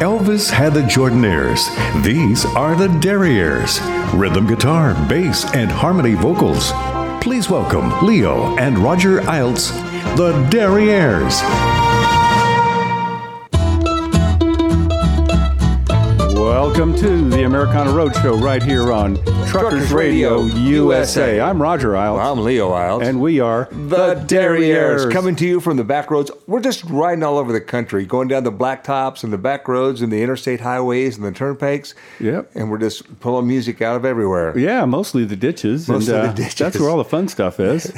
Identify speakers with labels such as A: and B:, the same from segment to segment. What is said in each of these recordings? A: Elvis had the Jordanaires. These are the Derriers. Rhythm guitar, bass, and harmony vocals. Please welcome Leo and Roger Iltz, the Derriers.
B: Welcome to the Americana Roadshow right here on Truckers,
C: Truckers
B: Radio,
C: Radio
B: USA.
C: USA.
B: I'm Roger Isles.
C: I'm Leo Isles.
B: and we are
C: the Derriers
B: Derriers.
C: coming to you from the back roads. We're just riding all over the country, going down the blacktops and the back roads and the interstate highways and the turnpikes.
B: Yep.
C: And we're just pulling music out of everywhere.
B: Yeah, mostly the ditches.
C: Mostly
B: and, uh,
C: the ditches.
B: That's where all the fun stuff is.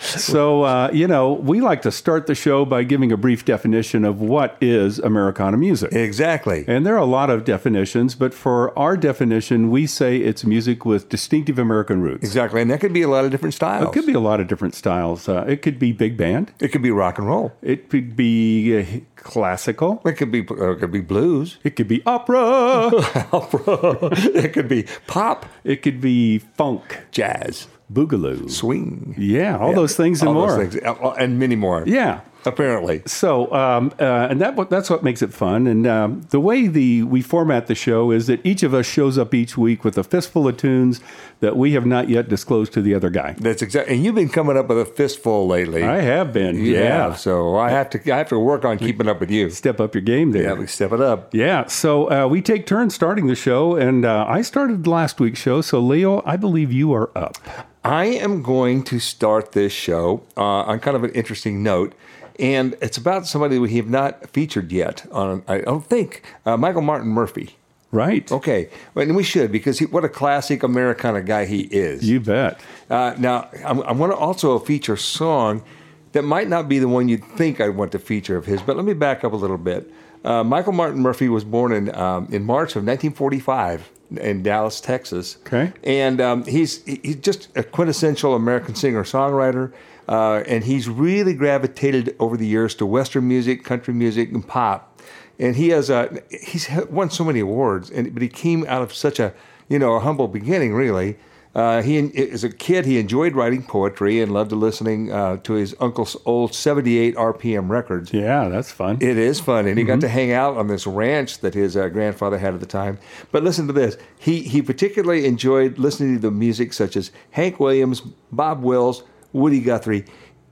B: so, uh, you know, we like to start the show by giving a brief definition of what is Americana music.
C: Exactly.
B: And there are a lot of definitions, but for our definition, we say it's music with distinctive American roots.
C: Exactly. And that could be a lot of different styles.
B: It could be a lot of different styles. Uh, it could be big band.
C: It could be rock and roll.
B: It could be uh, classical.
C: It could be uh, it could be blues.
B: It could be opera.
C: it could be pop,
B: it could be funk,
C: jazz,
B: boogaloo.
C: swing.
B: Yeah, all those things and
C: All
B: more.
C: those things. Uh, uh, and many more.
B: Yeah.
C: Apparently.
B: So, um, uh, and that what- that's what makes it fun. And um, the way the we format the show is that each of us shows up each week with a fistful of tunes that we have not yet disclosed to the other guy.
C: That's exactly. And you've been coming up with a fistful lately.
B: I have been.
C: You
B: yeah.
C: have, So I have to I have to work on keeping up with you.
B: Step up your game there.
C: Yeah, we step it up.
B: Yeah, so uh, we take turns starting the show, and uh, I started last week's show. So, Leo, I believe you are up.
C: I am going to start this show uh, on kind of an interesting note, and it's about somebody we have not featured yet. On I don't think uh, Michael Martin Murphy.
B: Right.
C: Okay, and we should because he, what a classic Americana guy he is.
B: You bet.
C: Uh, now, I'm, I want to also feature a song that might not be the one you'd think I'd want to feature of his, but let me back up a little bit. Uh, Michael Martin Murphy was born in, um, in March of 1945 in Dallas, Texas.
B: Okay.
C: And um, he's, he- he's just a quintessential American singer songwriter. Uh, and he's really gravitated over the years to Western music, country music, and pop. And he has uh, he's won so many awards, and but he came out of such a you know a humble beginning, really. Uh, he as a kid he enjoyed writing poetry and loved listening uh, to his uncle's old 78 RPM records.
B: Yeah, that's fun.
C: It is fun, and he
B: Mm-hmm.
C: got to hang out on this ranch that his uh, grandfather had at the time. But listen to this: he he particularly enjoyed listening to the music such as Hank Williams, Bob Wills, Woody Guthrie,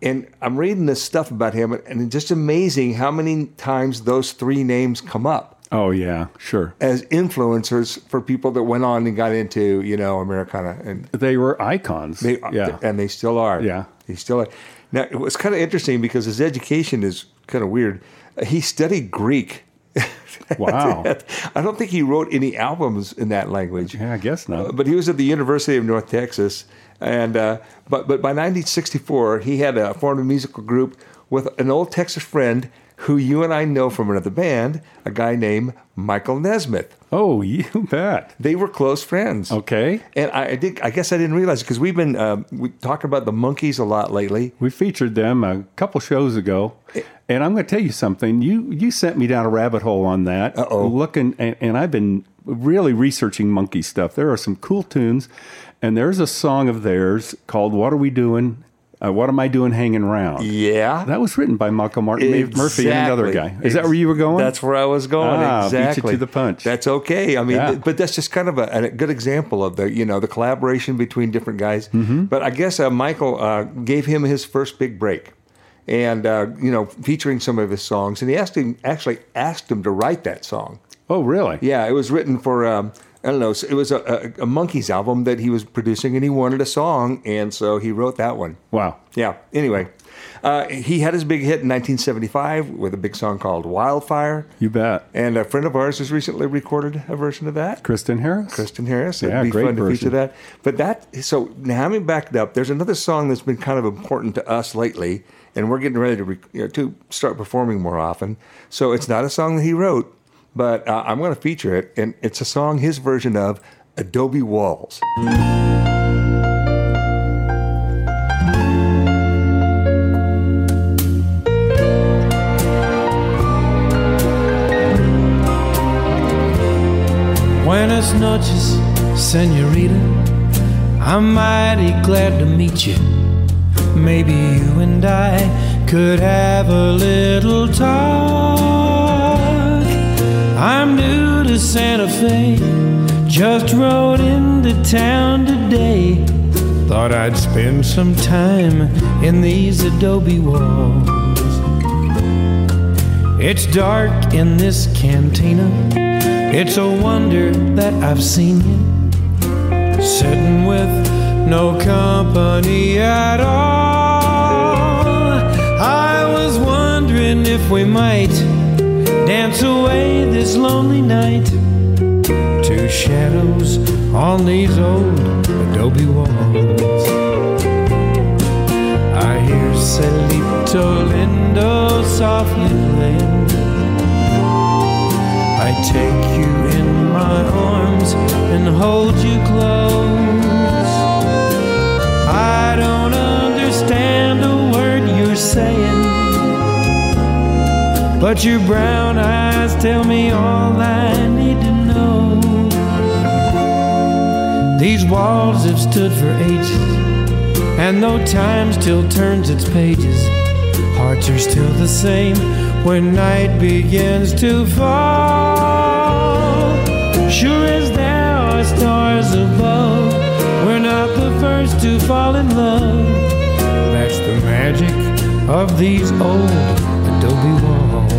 C: and I'm reading this stuff about him, and it's just amazing how many times those three names come up
B: oh, yeah, sure.
C: as influencers for people that went on and got into you know Americana and
B: They were icons.
C: they, uh,
B: yeah.
C: and they still are.
B: Yeah.
C: they still are. Now it was kind of interesting because his education is kind of weird. Uh, He studied Greek.
B: Wow.
C: I don't think he wrote any albums in that language.
B: yeah, I guess
C: Uh,
B: not.
C: But he was at the University of North Texas, and uh, but but by 1964 he had uh, formed a musical group with an old Texas friend who you and I know from another band, a guy named Michael Nesmith.
B: Oh, you bet.
C: They were close friends.
B: Okay.
C: And I, I did. I guess I didn't realize because we've been um, we talking about the monkeys a lot lately.
B: We featured them a couple shows ago, and I'm going to tell you something. You you sent me down a rabbit hole on that.
C: Uh-oh.
B: Looking, and, and I've been really researching monkey stuff. There are some cool tunes, and there's a song of theirs called "What Are We Doing? Uh, what Am I Doing Hanging Around?"
C: Yeah.
B: That was written by Michael Martin Murphy and another guy.
C: Exactly.
B: Is that where you were going?
C: That's where I was going.
B: Ah, beat you
C: exactly.
B: to the punch.
C: That's okay. I mean,
B: Yeah.
C: but that's just kind of a, a good example of the you know the collaboration between different guys.
B: Mm-hmm.
C: But I guess uh, Michael uh, gave him his first big break, and uh, you know featuring some of his songs, and he asked him actually asked him to write that song.
B: Oh, really?
C: Yeah, it was written for um, I don't know. It was a, a, a monkeys album that he was producing, and he wanted a song, and so he wrote that one.
B: Wow.
C: Yeah. Anyway, uh, he had his big hit in 1975 with a big song called "Wildfire,"
B: You bet.
C: and a friend of ours has recently recorded a version of that.
B: Kristen Harris.
C: Kristen Harris.
B: Yeah,
C: It'd be
B: great
C: fun to feature
B: version.
C: that. But that so now having backed up, there's another song that's been kind of important to us lately, and we're getting ready to re, you know, to start performing more often. So it's not a song that he wrote. but uh, I'm going to feature it, and it's a song his version of Adobe Walls.
D: Buenas noches, senorita. I'm mighty glad to meet you. Maybe you and I could have a little talk. I'm new to Santa Fe, just rode into town today. Thought I'd spend some time in these adobe walls. It's dark in this cantina. It's a wonder that I've seen you sitting with no company at all. I was wondering if we might dance away this lonely night to shadows on these old adobe walls. I hear Celito Lindo softly playing. I take you in my arms and hold you close. I don't understand a word you're saying, but your brown eyes tell me all I need to know. These walls have stood for ages, and though time still turns its pages, hearts are still the same when night begins to fall. Sure as there are stars above, we're not the first to fall in love. That's the magic of these old adobe walls.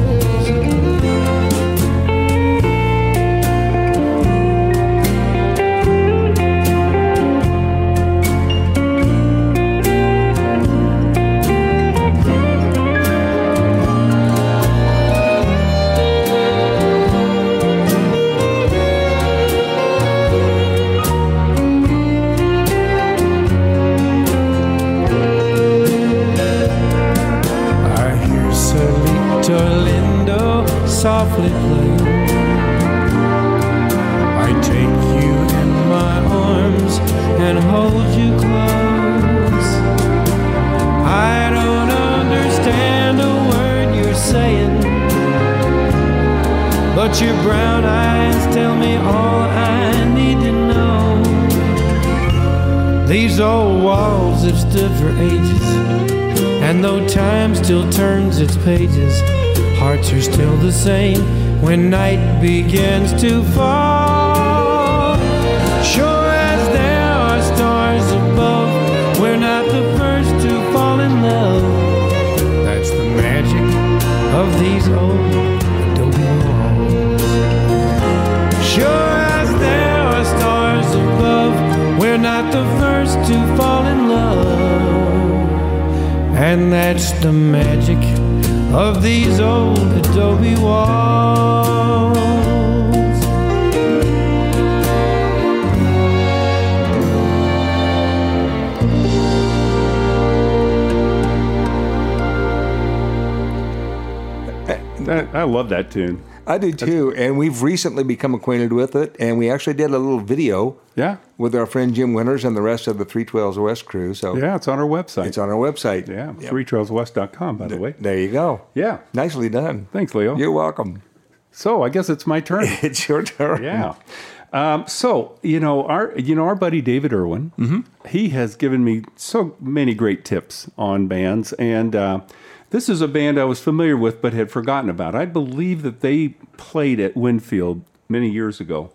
D: I hear Solito Lindo softly play. I take you in my arms and hold you close. I don't understand a word you're saying, but your brown eyes tell me all I need to know. These old walls have stood for ages. And though time still turns its pages, hearts are still the same when night begins to fall. Sure as there are stars above, we're not the first to fall in love. That's the magic of these old adobe walls. Sure as there are stars above, we're not the first to fall in love. And that's the magic of these old adobe walls.
B: That, I love that tune.
C: I do too, and we've recently become acquainted with it, and we actually did a little video
B: Yeah.
C: with our friend Jim Winters and the rest of the Three Trails West crew. So
B: Yeah, it's on our website.
C: it's on our website.
B: yeah,
C: Yep.
B: threetrailswest.com, by the way.
C: There you go.
B: Yeah.
C: Nicely done.
B: Thanks, Leo.
C: You're welcome.
B: So I guess it's my turn.
C: It's your turn.
B: Yeah. Um, so you know our you know our buddy David Irwin, he has given me so many great tips on bands, and uh, this is a band I was familiar with but had forgotten about. I believe that they played at Winfield many years ago,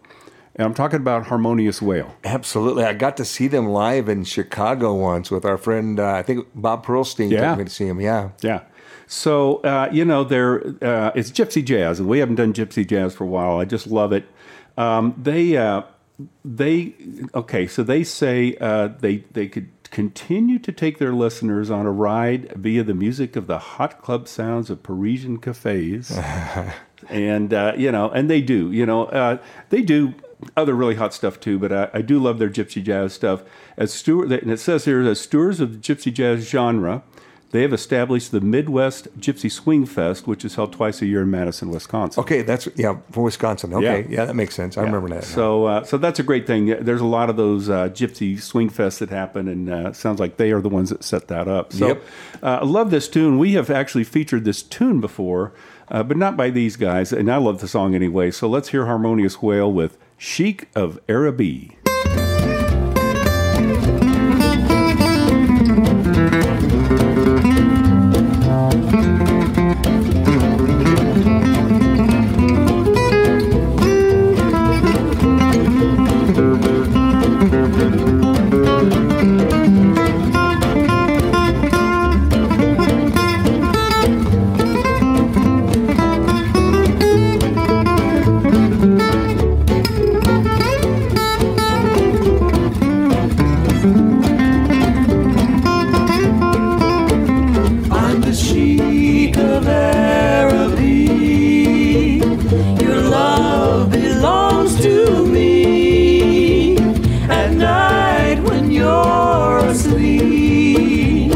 B: and I'm talking about Harmonious Whale.
C: Absolutely. I got to see them live in Chicago once with our friend, uh, I think Bob Pearlstein
B: Yeah.
C: took me to see him. Yeah.
B: Yeah. So uh, you know, there uh, it's gypsy jazz, and we haven't done gypsy jazz for a while. I just love it. Um, they uh, they okay. So they say uh, they they could continue to take their listeners on a ride via the music of the hot club sounds of Parisian cafes and uh, you know, and they do, you know, uh, they do other really hot stuff too. But I, I do love their gypsy jazz stuff. As steward, and it says here as stewards of the gypsy jazz genre, They have established the Midwest Gypsy Swing Fest, which is held twice a year in Madison, Wisconsin.
C: Okay, that's yeah from Wisconsin. Okay,
B: Yeah.
C: yeah, that makes sense. I remember that. now.
B: So, uh, so that's a great thing. There's a lot of those uh, gypsy swing fests that happen, and uh, it sounds like they are the ones that set that up. So,
C: Yep.
B: uh, I love this tune. We have actually featured this tune before, uh, but not by these guys. And I love the song anyway. So let's hear Harmonious Whale with Sheik of Araby.
D: I'm the Sheik of Araby. Your love belongs to me. At night when you're asleep,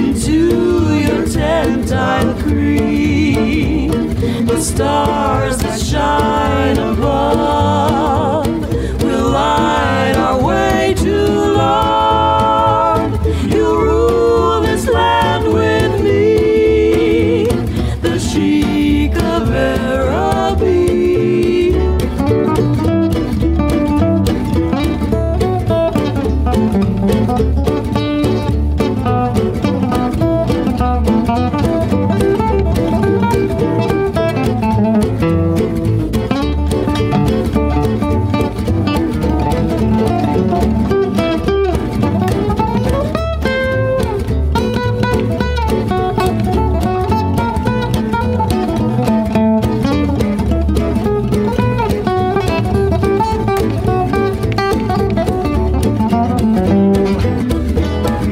D: into your tent I'll creep. The stars that shine above will light our way to love. You'll rule this land with me, the Sheik of Araby.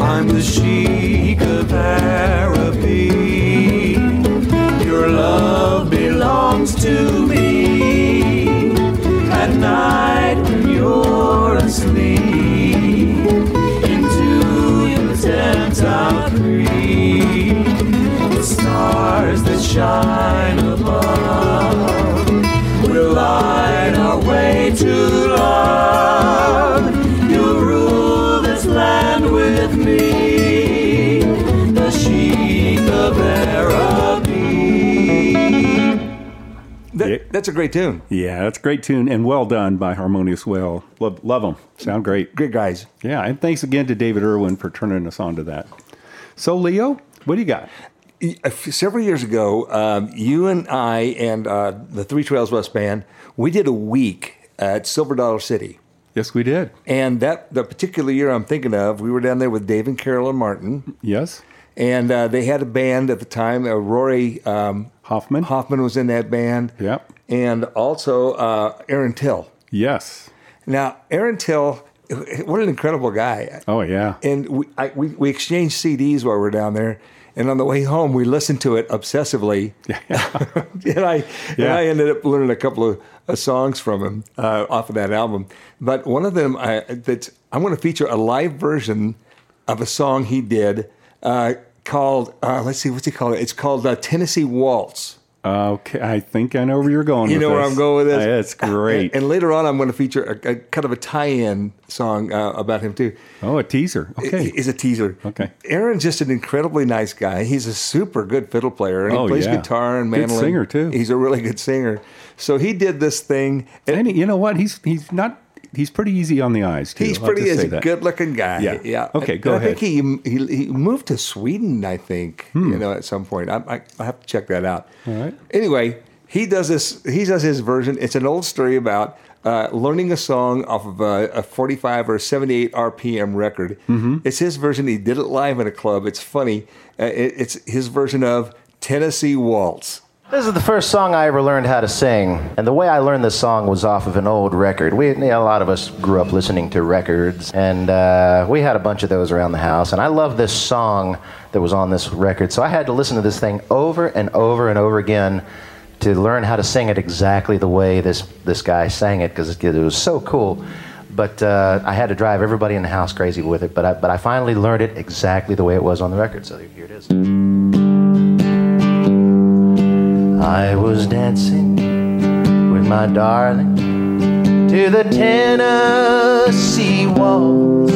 D: I'm the Sheik of Araby. Your love belongs to me. At night when you're asleep, into your tent I'll creep. The stars that shine above will light our way to love. You'll rule this land with me, the Sheik of Araby.
C: That-
B: Yeah.
C: that's a great tune.
B: Yeah, that's a great tune and well done by Harmonious Whale. Love, love them. Sound great.
C: Great guys.
B: Yeah, and thanks again to David Irwin for turning us on to that. So, Leo, what do you got?
C: Y- a f- Several years ago, um, you and I and uh, the Three Trails West band, we did a week at Silver Dollar City.
B: Yes, we did.
C: And that the particular year I'm thinking of, we were down there with Dave and Carolyn Martin,
B: Yes,
C: and uh, they had a band at the time. Uh, Rory um,
B: Hoffman.
C: Hoffman was in that band.
B: Yep.
C: And also uh, Aaron Till.
B: yes.
C: Now, Aaron Till, what an incredible guy.
B: Oh yeah.
C: And we, I, we, we exchanged CDs while we were down there. And on the way home, we listened to it obsessively. and, I, and
B: Yeah.
C: I ended up learning a couple of uh, songs from him uh, off of that album. But one of them I, that's, I'm going to feature a live version of a song he did uh, called, uh, let's see, what's he called? It's called uh, Tennessee Waltz.
B: Okay, I think I know where you're going.
C: You
B: with
C: know where
B: this.
C: I'm going with this?
B: Yeah, it's great.
C: And, and later on, I'm going to feature a, a kind of a tie-in song uh, about him too.
B: oh, a teaser. Okay.
C: Is a teaser.
B: Okay.
C: Aaron's just an incredibly nice guy. He's a super good fiddle player, and he
B: Oh,
C: plays
B: yeah.
C: guitar and
B: Good
C: mandolin.
B: singer, too.
C: He's a really good singer. So he did this thing. And
B: and he- you know what? He's he's not. He's pretty easy on the eyes. Too.
C: he's
B: I'll have
C: pretty
B: to
C: is
B: say
C: a
B: that.
C: good-looking guy.
B: Yeah. Okay,
C: And
B: go
C: I think he, he he moved to Sweden. I think you know at some point. I, I I have to check that out. All
B: Hmm. right.
C: Anyway, he does this. He does his version. It's an old story about uh, learning a song off of a, a 45 or 78 RPM record.
B: Mm-hmm.
C: It's his version. He did it live in a club. It's funny. Uh, it, it's his version of Tennessee Waltz.
E: This is the first song I ever learned how to sing, and the way I learned this song was off of an old record. We, you know, a lot of us grew up listening to records, and uh, we had a bunch of those around the house. And I loved this song that was on this record, so I had to listen to this thing over and over and over again to learn how to sing it exactly the way this this guy sang it because it, was so cool. But uh, I had to drive everybody in the house crazy with it. But I, but I finally learned it exactly the way it was on the record. So here it is. I was dancing with my darling to the Tennessee walls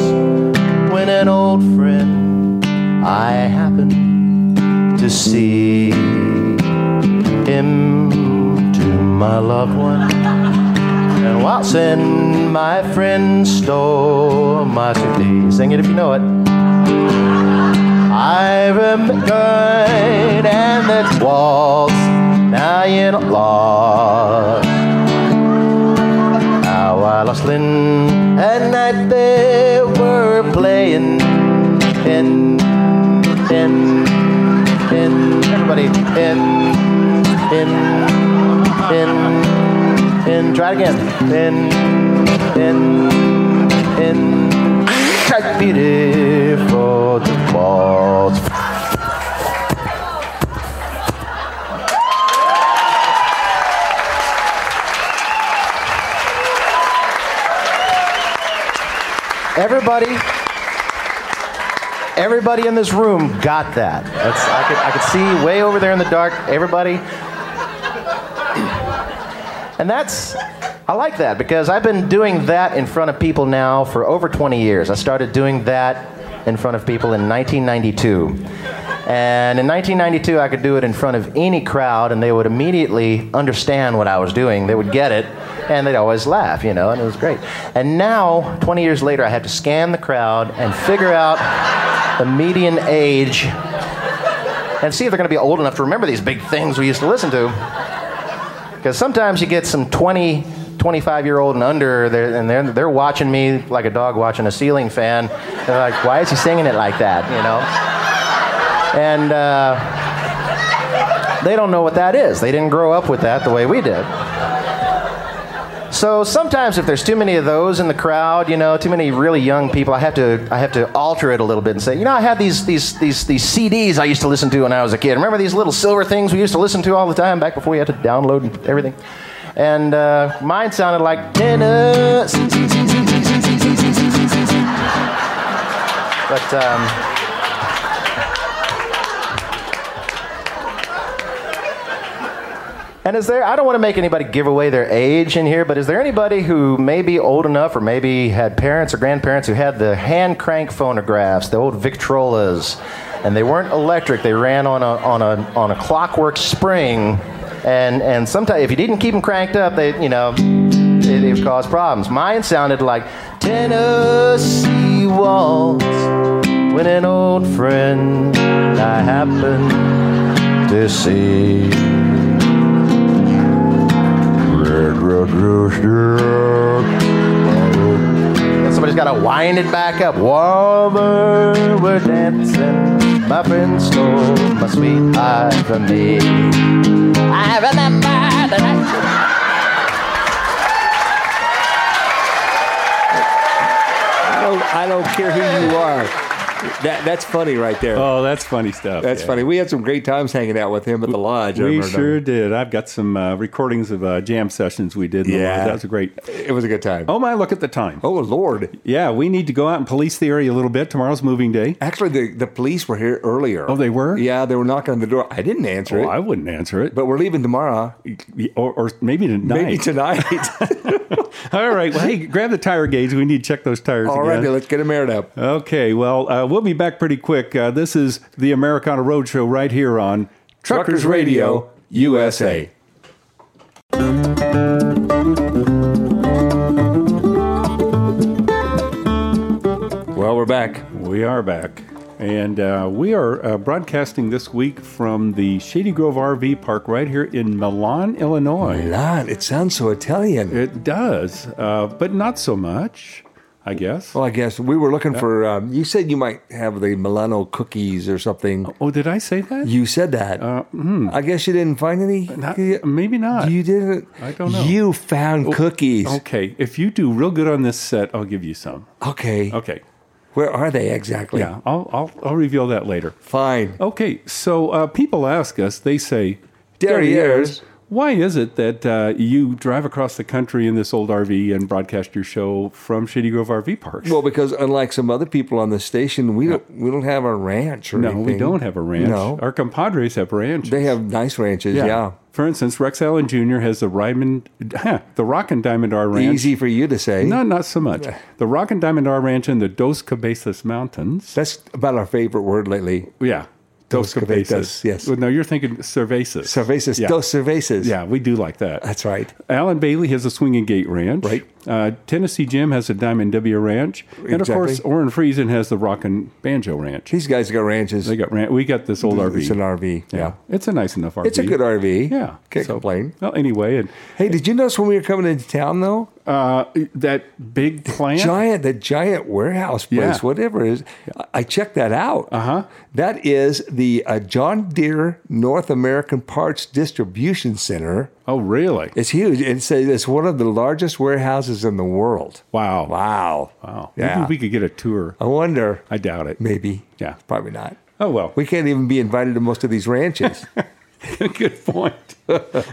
E: when an old friend I happened to see him to my loved one. And Watson, my friend, stole my suitcase. Sing it if you know it. I remembered and that waltz. Now you know lost. Now I lost Lynn and night they were playing in in in everybody in in in in try it again in in in such beautiful the walls. Everybody, everybody in this room got that. That's, I, could, I could see way over there in the dark, everybody. And that's, I like that because I've been doing that in front of people now for over 20 years. I started doing that in front of people in 1992. And in 1992, I could do it in front of any crowd, and they would immediately understand what I was doing. They would get it, and they'd always laugh, you know, and it was great. And now, 20 years later, I have to scan the crowd and figure out the median age and see if they're going to be old enough to remember these big things we used to listen to. Because sometimes you get some 20, 25 year old and under, they're, and they're, they're watching me like a dog watching a ceiling fan. They're like, why is he singing it like that, you know? and uh, they don't know what that is. They didn't grow up with that the way we did. So sometimes, if there's too many of those in the crowd, you know, too many really young people, I have to I have to alter it a little bit and say, you know, I had these these these these CDs I used to listen to when I was a kid. Remember these little silver things we used to listen to all the time back before we had to download and everything. And uh, mine sounded like tennis. But um, And is there, I don't want to make anybody give away their age in here, but is there anybody who may be old enough or maybe had parents or grandparents who had the hand crank phonographs, the old Victrolas, and they weren't electric, they ran on a, on a, on a clockwork spring. And, and sometimes, if you didn't keep them cranked up, they, you know, it, it would cause problems. Mine sounded like Tennessee Waltz when an old friend I happened to see. Red, red, Somebody's got to wind it back up. While they we're dancing, my friend stole my sweet eye from me. I remember the night.
C: I don't, I don't care who you are. That, that's funny right there.
B: Oh, that's funny stuff.
C: that's
B: yeah.
C: funny. We had some great times hanging out with him at the lodge. I
B: We
C: remember.
B: sure did. I've got some uh, recordings of uh, jam sessions we did. in the
C: Yeah.
B: lodge. that was a great.
C: It was a good time.
B: Oh my! Look at the time.
C: Oh, Lord.
B: Yeah, we need to go out and police the area a little bit. Tomorrow's moving day.
C: Actually, the, the police were here earlier.
B: Oh, they were?
C: Yeah, they were knocking on the door. I didn't answer
B: Oh,
C: it.
B: I wouldn't answer it,
C: but we're leaving tomorrow.
B: or, or maybe tonight.
C: Maybe tonight.
B: All right. Well, hey, grab the tire gauge. We need to check those tires.
C: All
B: again.
C: right, let's get him aired up.
B: Okay, well, uh, we'll be back pretty quick. Uh, this is the Americana Roadshow right here on Truckers Radio USA.
C: Well, we're back.
B: We are back, and uh, we are uh, broadcasting this week from the Shady Grove RV Park right here in Milan, Illinois.
C: Milan, it sounds so Italian.
B: It does, uh, but not so much, I guess.
C: Well, I guess we were looking for. Um, you said you might have the Milano cookies or something.
B: oh, did I say that?
C: You said that. I guess you didn't find any.
B: Not-
C: You-
B: Uh, maybe not.
C: You didn't.
B: I don't know. Oh,
C: You found cookies.
B: okay, if you do real good on this set, I'll give you some.
C: Okay.
B: oh. Okay,
C: Where are they exactly?
B: yeah, Oh, I'll, I'll, I'll reveal that later.
C: Fine.
B: Okay, so uh, people ask us, they say,
C: Derrieres,
B: Why is it that uh, you drive across the country in this old RV and broadcast your show from Shady Grove RV Park?
C: Well, because unlike some other people on the station, we don't we don't have a ranch or
B: no,
C: anything.
B: we don't have a ranch.
C: No,
B: Our compadres have ranches.
C: they have nice ranches. Yeah,
B: For instance, Rex Allen Jr. has the Ryman, the Rock and Diamond R Ranch.
C: easy for you to say.
B: No, not so much. The Rock and Diamond R Ranch in the Dos Cabezas Mountains.
C: That's about our favorite word lately.
B: yeah.
C: Dos Cabezas, yes.
B: Well, no, you're thinking cervezas.
C: Cervezas,
B: Yeah.
C: dos cervezas.
B: Yeah, we do like that.
C: that's right.
B: Alan Bailey has a Swinging Gate Ranch.
C: Right.
B: Uh, Tennessee Jim has a Diamond W Ranch. And of
C: Exactly.
B: course, Orrin Friesen has the Rockin' Banjo Ranch.
C: These guys got ranches.
B: They got ran- We got this old RV.
C: It's an RV. Yeah.
B: It's a nice enough RV.
C: It's a good RV.
B: Yeah.
C: Can't
B: So-
C: complain.
B: Well, anyway, and
C: Hey, did you notice when we were coming into town though?
B: uh, that big plant.
C: Giant, the giant warehouse place,
B: Yeah. Uh-huh.
C: whatever it is. I- I checked that out. Uh huh. That is the uh, John Deere North American Parts Distribution Center.
B: Oh, really?
C: It's huge. It says it's one of the largest warehouses in the world.
B: Wow.
C: Wow.
B: Wow.
C: Yeah. Oh.
B: Maybe we could get a tour.
C: I wonder.
B: I doubt it.
C: Maybe.
B: Yeah.
C: Probably not.
B: Oh, well.
C: We can't even be invited to most of these ranches.
B: Good point.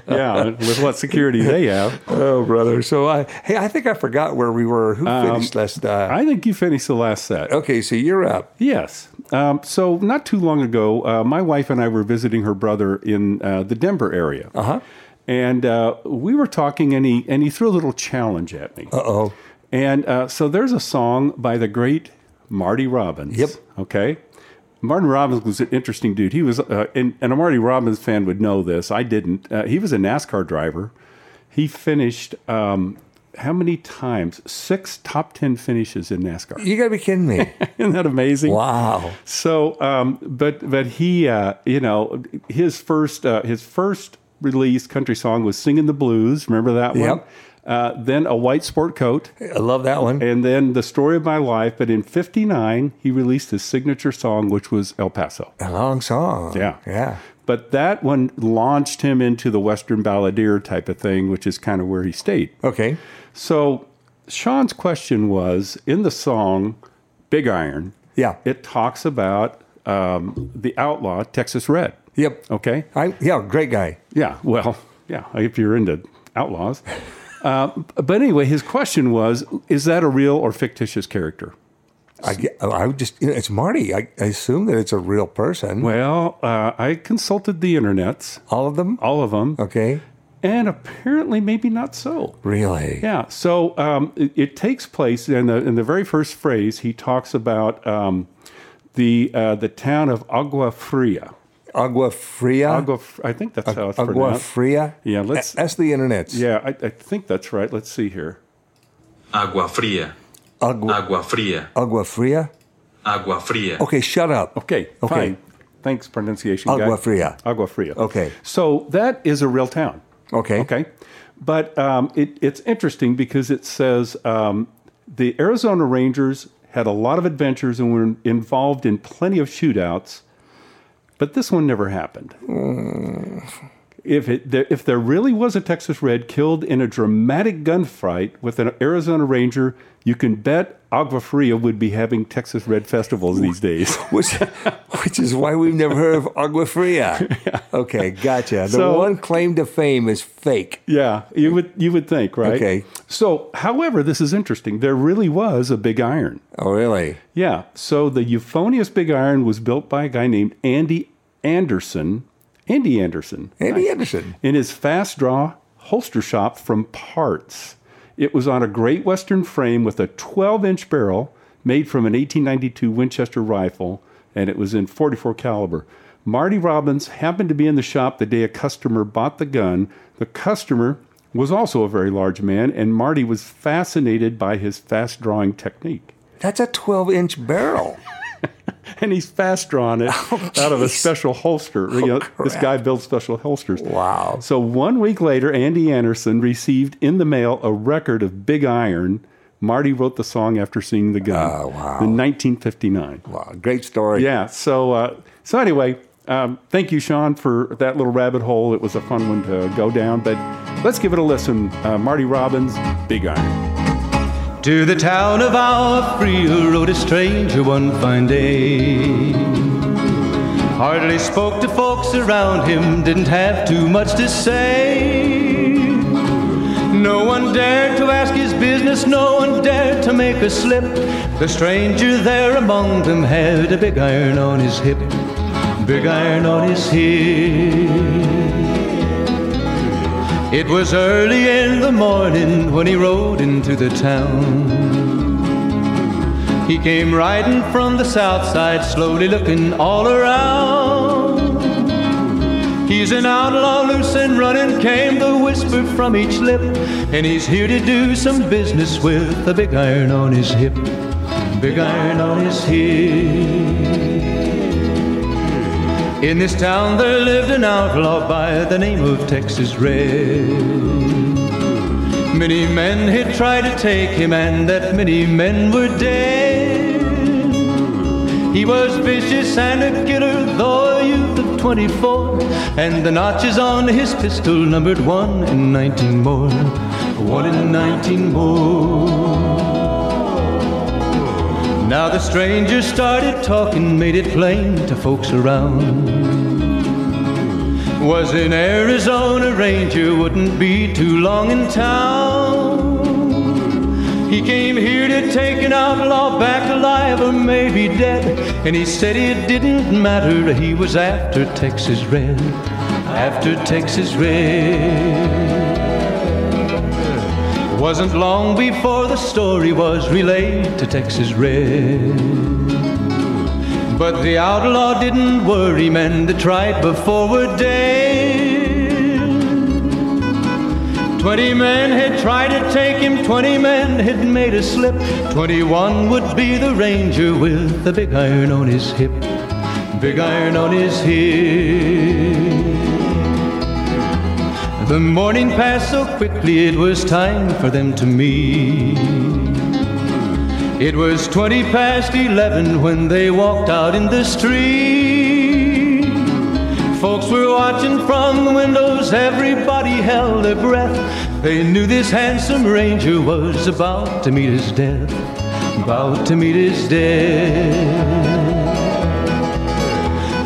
B: yeah, with what security they have.
C: oh, brother. So, I, hey, I think I forgot where we were. Who
B: Um,
C: finished last? Uh,
B: I think you finished the last set.
C: okay, so you're up.
B: Yes. Um, so, not too long ago, uh, my wife and I were visiting her brother in uh, the Denver area. Uh-huh. And uh, we were talking, and he, and he threw a little challenge at me.
C: Oh,
B: And uh, so there's a song by the great Marty Robbins.
C: Yep.
B: Okay. Martin Robbins was an interesting dude. He was, uh, and, and a Marty Robbins fan would know this. I didn't. Uh, he was a NASCAR driver. He finished um, how many times? Six top ten finishes in NASCAR.
C: you got to be kidding me!
B: Isn't that amazing?
C: wow.
B: So, um, but but he, uh, you know, his first uh, his first release country song was "Singing the Blues." Remember that one?
C: Yep.
B: Uh, then a white sport coat
C: I love that one.
B: and then the story of my life. But in '59, he released his signature song, which was El Paso.
C: A long song.
B: Yeah.
C: Yeah.
B: But that one launched him into the Western balladeer type of thing, which is kind of where he stayed.
C: Okay.
B: So Sean's question was in the song Big Iron,
C: Yeah.
B: it talks about um, the outlaw Texas Red.
C: Yep.
B: Okay.
C: I, yeah, great guy.
B: Yeah, well, yeah, if you're into outlaws. Uh, but anyway, his question was Is that a real or fictitious character?
C: I, ge- I would just, you know, it's Marty. I, I assume that it's a real person.
B: Well, uh, I consulted the internets,
C: All of them?
B: all of them,
C: Okay.
B: and apparently maybe not so.
C: Really?
B: Yeah. So um, it, it takes place in the in the very first phrase. He talks about um, the uh, the town of Agua Fria.
C: Agua Fria?
B: Agua, F- I think that's how it's
C: Agua
B: pronounced.
C: Fria?
B: Yeah, let's-
C: A- That's the internet.
B: yeah, I, I think that's right. Let's see here.
F: Agua fría,
C: Agua,
F: agua fría,
C: Agua Fria?
F: agua fría.
C: Okay, shut up.
B: Okay.
C: Okay.
B: Fine. Thanks, pronunciation guy.
C: Agua Fria.
B: Agua Fria.
C: Okay.
B: So that is a real town.
C: Okay.
B: Okay. But um, it, it's interesting because it says um, the Arizona Rangers had a lot of adventures and were involved in plenty of shootouts, but this one never happened.
C: Hmm.
B: If, it, there, if there really was a Texas Red killed in a dramatic gunfight with an Arizona Ranger, you can bet Agua Fria would be having Texas Red festivals these days.
C: Which, which is why we've never heard of Agua Fria. Okay, gotcha. The
B: So-
C: one claim to fame is fake.
B: Yeah, you would you would think, right?
C: Okay.
B: So, however, this is interesting. There really was a big iron.
C: Oh, really?
B: Yeah. So the euphonious big iron was built by a guy named Andy Anderson. Andy Anderson.
C: Andy
B: Nice.
C: Anderson.
B: In his fast draw holster shop from parts. It was on a Great Western frame with a 12 inch barrel made from an 1892 Winchester rifle, and it was in 44 caliber. Marty Robbins happened to be in the shop the day a customer bought the gun. The customer was also a very large man, and Marty was fascinated by his fast drawing technique
C: That's a 12 inch barrel.
B: and he's fast drawing it out of a
C: geez.
B: special holster. You know, this
C: Oh, crap.
B: guy builds special holsters.
C: Wow.
B: So one week later, Andy Anderson received in the mail a record of Big Iron. Marty wrote the song after seeing the gun
C: Oh,
B: in 1959.
C: Wow, great story.
B: Yeah. So uh, so anyway, um, thank you, Sean, for that little rabbit hole. It was a fun one to go down, but let's give it a listen. Uh, Marty Robbins, Big Iron.
D: To the town of our Frio rode a stranger one fine day. Hardly spoke to folks around him, didn't have too much to say. No one dared to ask his business, no one dared to make a slip. The stranger there among them had a big iron on his hip, big iron on his hip. It was early in the morning when he rode into the town. He came riding from the south side, slowly looking all around. He's an outlaw, loose and running, came the whisper from each lip. And he's here to do some business with a big iron on his hip. Big iron on his hip. In this town there lived an outlaw by the name of Texas Red. Many men had tried to take him, and that many men were dead. He was vicious and a killer, though a youth of 24. And the notches on his pistol numbered one and 19 more. One and 19 more. Now the stranger started talking, made it plain to folks around. Was an Arizona ranger, wouldn't be too long in town. He came here to take an outlaw back alive or maybe dead. And he said it didn't matter, he was after Texas Red. After Texas Red. Wasn't long before the story was relayed to Texas Red. But the outlaw didn't worry, men that tried before were dead. Twenty men had tried to take him, twenty men had made a slip. Twenty-one would be the ranger with the big iron on his hip. Big iron on his hip. The morning passed so quickly, it was time for them to meet. It was 20 past 11 when they walked out in the street. Folks were watching from the windows, everybody held their breath. They knew this handsome ranger was about to meet his death, about to meet his death.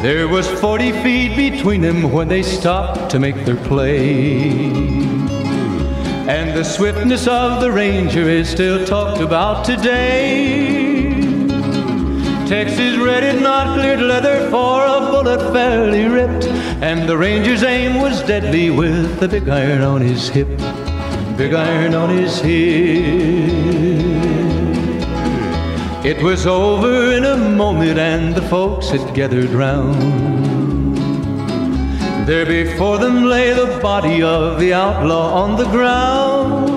D: There was 40 feet between them when they stopped to make their play. And the swiftness of the Ranger is still talked about today. Texas red had not cleared leather for a bullet fairly ripped. And the Ranger's aim was deadly with the big iron on his hip. Big iron on his hip. It was over in a moment, and the folks had gathered round. There before them lay the body of the outlaw on the ground.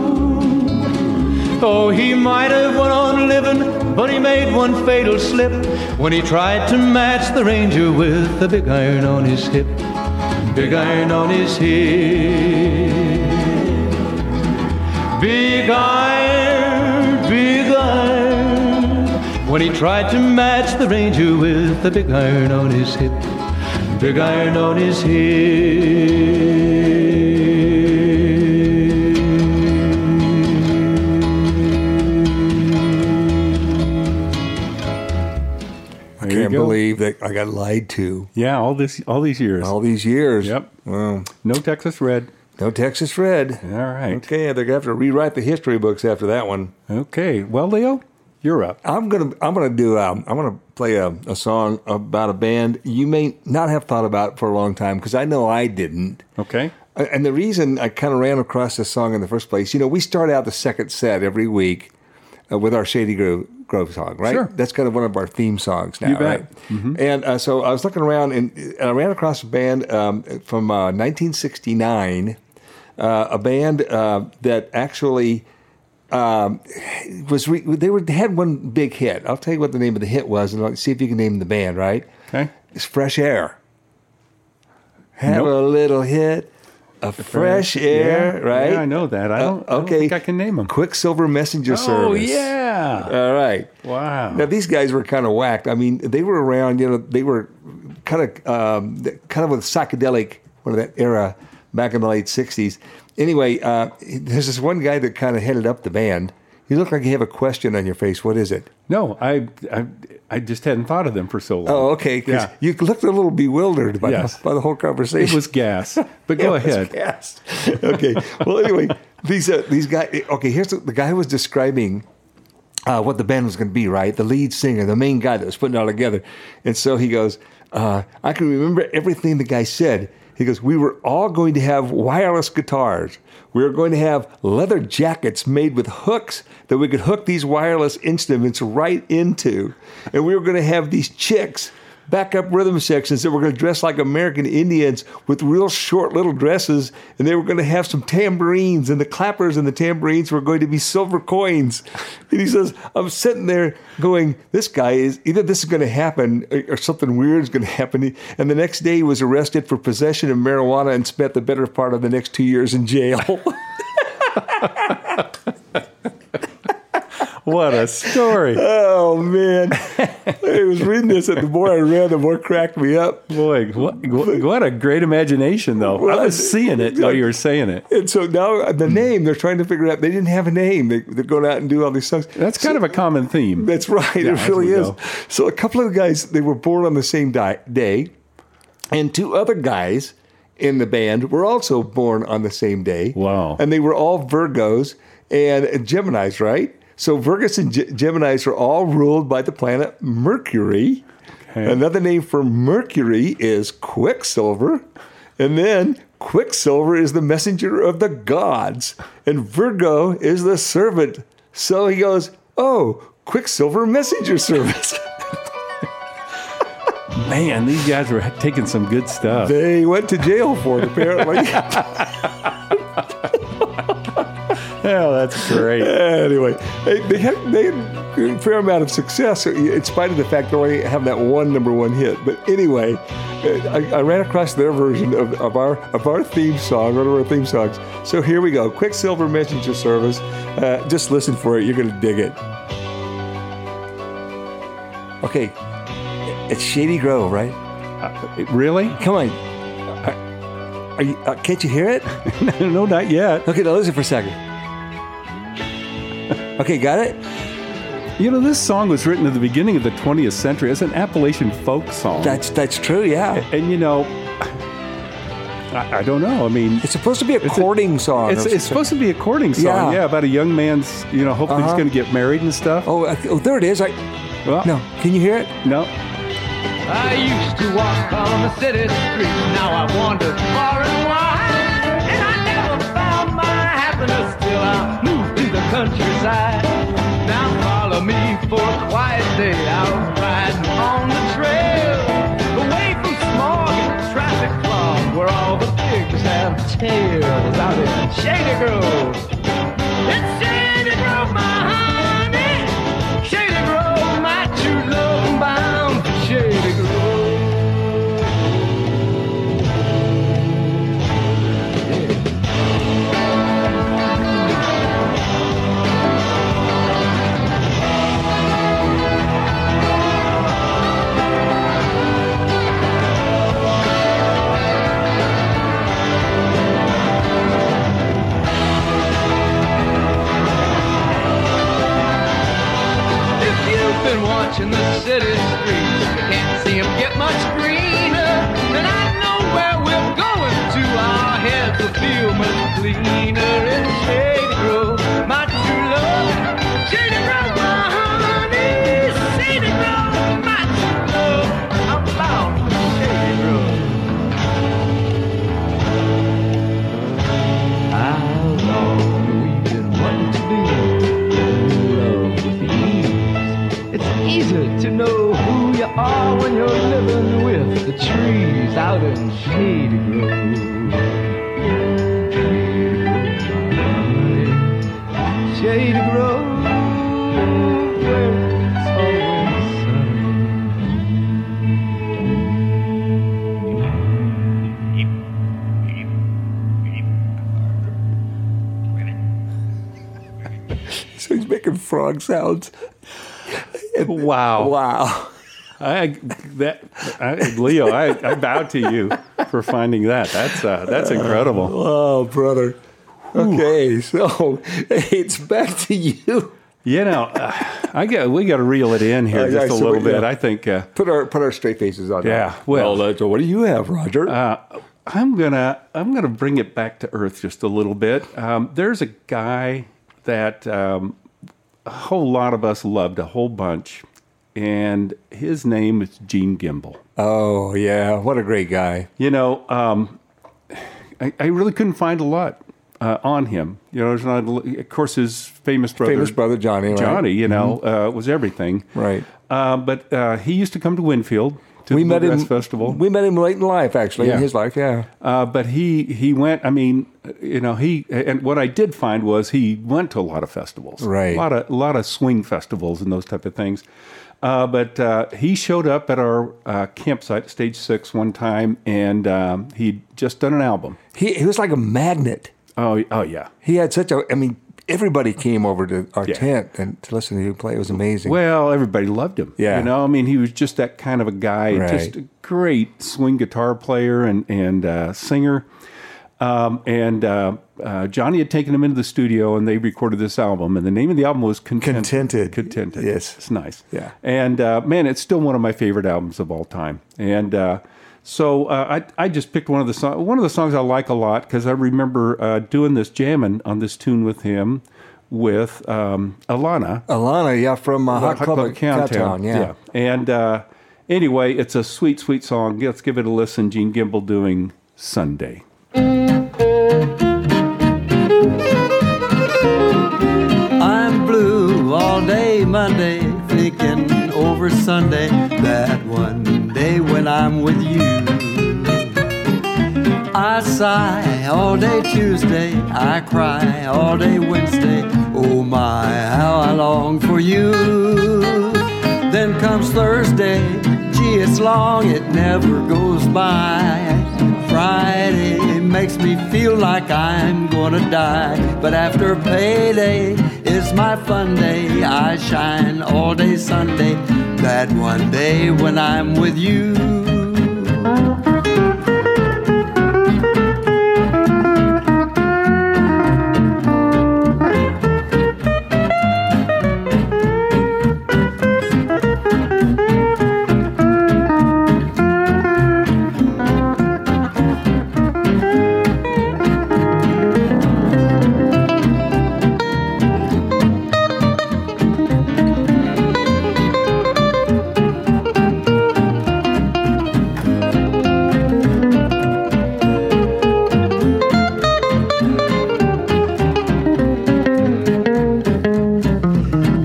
D: Oh, he might have went on living, but he made one fatal slip when he tried to match the ranger with the big iron on his hip. Big iron on his hip. Big iron, big iron. When he tried to match the ranger with the big iron on his hip, big iron on his hip.
C: I
B: you
C: can't
B: go.
C: believe that I got lied to
B: Yeah, all this, all these years.
C: all these years.
B: Yep.
C: Wow.
B: No Texas Red.
C: No Texas Red.
B: All right.
C: Okay, they're gonna have to rewrite the history books after that one.
B: Okay. Well, Leo, you're up.
C: I'm gonna I'm gonna do um, I'm gonna play a, a song about a band you may not have thought about for a long time because I know I didn't.
B: Okay.
C: A- And the reason I kind of ran across this song in the first place, you know, we start out the second set every week uh, with our Shady Grove, Grove song, right?
B: Sure.
C: That's kind of one of our theme songs now,
B: You bet. Mm-hmm.
C: right? And uh, so I was looking around and, and uh, I ran across a band um, from uh, 1969, uh, a band uh, that actually um, was re- they were they had one big hit. I'll tell you what the name of the hit was, and I'll see if you can name the band, right?
B: Okay.
C: It's fresh air. Have a little hit of fresh air,
B: Yeah,
C: right?
B: yeah, I know that. I
C: Uh,
B: don't- I don't think I can name 'em.
C: Quicksilver Messenger
B: Oh
C: Service.
B: yeah.
C: All right.
B: Wow.
C: Now these guys were kind of whacked. I mean, they were around. You know, they were kind of um, th- kind of with psychedelic one of that era back in the late '60s. Anyway, uh, there's this one guy that kind of headed up the band. You look like you have a question on your face. What is it?
B: No, I, I, I just hadn't thought of them for so long.
C: Oh, okay. 'cause
B: Yeah.
C: You looked a little bewildered by,
B: Yes.
C: the, by the whole
B: It
C: conversation.
B: was gas. But go
C: It was
B: ahead.
C: fast. okay. Well, anyway, these uh, these guys. Okay, here's the, the guy who was describing uh, what the band was going to be. Right, the lead singer, the main guy that was putting it all together. And so he goes, uh, I can remember everything the guy said. He goes, We were all going to have wireless guitars. We were going to have leather jackets made with hooks that we could hook these wireless instruments right into. And we were going to have these chicks backup rhythm sections that were going to dress like American Indians with real short little dresses, and they were going to have some tambourines, and the clappers and the tambourines were going to be silver coins. And he says, I'm sitting there going, this guy is either this is going to happen or, or something weird is going to happen. And the next day he was arrested for possession of marijuana and spent the better part of the next two years in jail.
B: What a story.
C: oh, man. I was reading this, and the more I read, the more it cracked me up.
B: Boy, what, what a great imagination, though. I was seeing it while you were saying it.
C: And so now uh,
B: Hmm.
C: the name they're trying to figure out. They didn't have a name. They, they're going out and do all these songs.
B: That's kind of a common theme.
C: That's right.
B: Yeah,
C: it really is.
B: as we go.
C: So a couple of guys they were born on the same di- day, and two other guys in the band were also born on the same day.
B: Wow.
C: And they were all Virgos and Geminis, right? So Virgos and G- Geminis are all ruled by the planet Mercury. Another name for Mercury is Quicksilver. And then Quicksilver is the messenger of the gods, and Virgo is the servant. So he goes, Oh, Quicksilver messenger service.
B: Man, these guys were taking some good stuff.
C: they went to jail for it, apparently.
B: Oh, that's great.
C: anyway, they, they, had, they had a fair amount of success, uh, in spite of the fact they only have that one number one hit. But anyway, uh, I, I ran across their version of, of our of our theme song, one of our theme songs. So here we go Quicksilver Messenger Service. Uh, just listen for it, you're going to dig it. Okay, it's Shady Grove, right?
B: really?
C: Come on. Are- Are you, uh, can't you hear it?
B: no, not yet.
C: Okay, now listen for a second. Okay, got it?
B: You know, this song was written at the beginning of the 20th century. It's an Appalachian folk song.
C: That's that's true, yeah.
B: and, you know, I, I don't know. I mean,
C: It's supposed to be a
B: a-
C: courting song.
B: It's,
C: or
B: it's
C: something.
B: supposed to be a courting
C: Yeah.
B: song, yeah, about a young man's, you know, hopefully he's
C: Uh-huh.
B: going to get married and stuff.
C: Oh, I, oh, there it is. I,
B: Well,
C: no, can you hear it?
B: no.
D: I used to walk on the city streets, now I wander far and wide. And I never found my happiness till I moved to the countryside. Now follow me for a quiet day out riding on the trail. Away from smog and traffic fog, where all the pigs have tails out in Shady Grove. It's Shady Grove, my honey. Shady Grove, my true love, I'm bound for Shady Grove. If you've been watching the city streets, you can't see 'em get much greener. Then I know where we're going to. Our heads will feel much cleaner in Shady Grove, my true love. Shady Grove, my honey. Shady Grove, my true love. I'm bound for Shady Grove. How long have we been wanting to be in love with ease? It's easy to know who you are when you're living with the trees out in Shady Grove. Shady Grove, where it's always sunny.
C: So he's making frog sounds.
B: Wow.
C: Wow.
B: I that I, Leo, I, I bow to you for finding that. That's uh, that's incredible.
C: Oh, brother. Okay, so hey, it's back to you.
B: You know, uh, I got we got to reel it in here
C: Uh, yeah,
B: just a
C: so
B: little
C: we-
B: bit.
C: yeah.
B: I think. Uh,
C: Put our put our straight faces on.
B: Yeah, well- Uh,
C: that's- what do you have, Roger?
B: I'm gonna I'm gonna bring it back to earth just a little bit. Um, there's a guy that um, a whole lot of us loved a whole bunch, and his name is Gene Gimbel.
C: oh yeah, what a great guy.
B: You know, um, I, I really couldn't find a lot uh, on him. You know, there's not. Of course, his famous brother,
C: Famous brother Johnny. Right? Mm-hmm.
B: Johnny, you know, uh, was everything.
C: Right.
B: Uh, but uh, he used to come to Winfield to
C: We
B: the
C: met him
B: Bluegrass Festival.
C: We met him late in life, actually,
B: Yeah.
C: in his life. Yeah.
B: Uh, but he he went. I mean, you know, he and what I did find was he went to a lot of festivals,
C: Right.
B: A lot of a lot of swing festivals and those type of things. Uh, but uh, he showed up at our uh, campsite, Stage Six, one time, and um, he'd just done an album.
C: He he was like a magnet.
B: Oh, oh yeah.
C: He had such a. I mean, everybody came over to our
B: Uh, Yeah.
C: tent and to listen to him play. It was amazing.
B: Well, everybody loved him.
C: Yeah.
B: You know, I mean, he was just that kind of a guy,
C: Right.
B: just a great swing guitar player and, and uh, singer. Um, and uh, uh, Johnny had taken him into the studio and they recorded this album. And the name of the album was Content-
C: Contented.
B: Contented.
C: Yes.
B: It's nice.
C: Yeah.
B: And uh, man, it's still one of my favorite albums of all time. And uh, so uh, I, I just picked one of the songs. One of the songs I like a lot because I remember uh, doing this jamming on this tune with him with um, Alana.
C: Alana, yeah, from uh, Hot,
B: Hot
C: Club,
B: Club
C: of
B: Countdown.
C: Countdown, yeah.
B: And uh, anyway, it's a sweet, sweet song. Let's give it a listen. Gene Gimble doing Sunday.
D: I'm blue all day Monday, thinking over Sunday, that one day when I'm with you. I sigh all day Tuesday, I cry all day Wednesday, oh my, how I long for you. Then comes Thursday, gee, it's long, it never goes by. Friday makes me feel like I'm gonna die. But after payday is my fun day. I shine all day Sunday. That one day when I'm with you.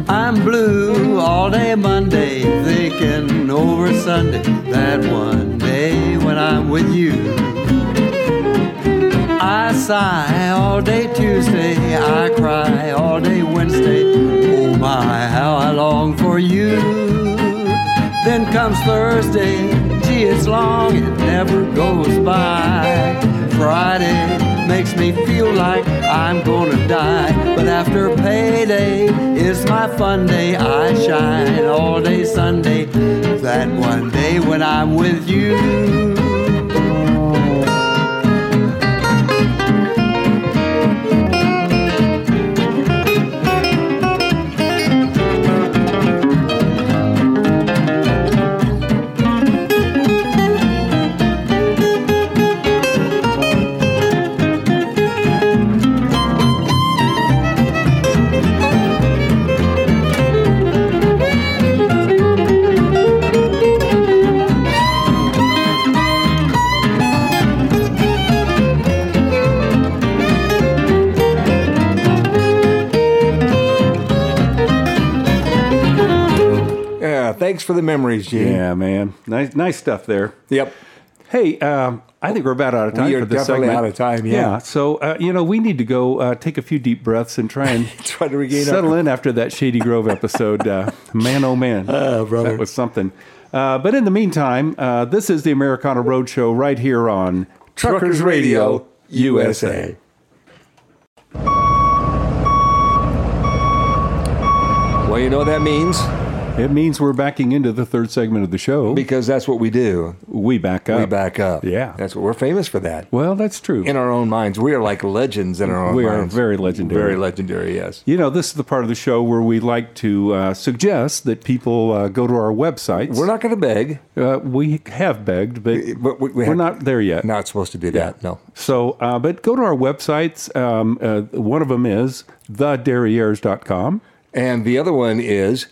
D: I'm blue all day Monday, thinking over Sunday. That one day when I'm with you. I sigh all day Tuesday, I cry all day Wednesday. Oh my, how I long for you. Then comes Thursday, gee, it's long, it never goes by. Friday makes me feel like I'm gonna die. But after payday is my fun day, I shine all day Sunday. That one day when I'm with you.
C: Yeah, thanks for the memories, Gene.
B: Yeah, man. Nice, nice stuff there.
C: Yep.
B: Hey, um, I think we're about out of time
C: We are
B: for this
C: definitely
B: segment.
C: out of time, yeah.
B: so, uh, you know, we need to go uh, take a few deep breaths and try and
C: Try to regain our-
B: settle in after that Shady Grove episode. Uh, man, oh, man.
C: Oh, brother.
B: That was something. Uh, but in the meantime, uh, this is the Americana Roadshow right here on
C: Truckers Radio USA. Well, you know what that means?
B: It means we're backing into the third segment of the show.
C: because that's what we do.
B: we back up.
C: We back up.
B: Oh, Yeah.
C: That's what we're famous for that.
B: Well, that's true.
C: In our own minds, we are like legends in our own
B: We are
C: minds.
B: very legendary.
C: Very legendary, yes.
B: you know, this is the part of the show where we like to uh, suggest that people uh, go to our websites.
C: We're not going to beg.
B: Uh, we have begged, but,
C: But we- we
B: are
C: have-
B: not there yet.
C: Not supposed to do that. No.
B: So, uh, but go to our websites. Um, uh, one of them is thederriers.com.
C: And the other one is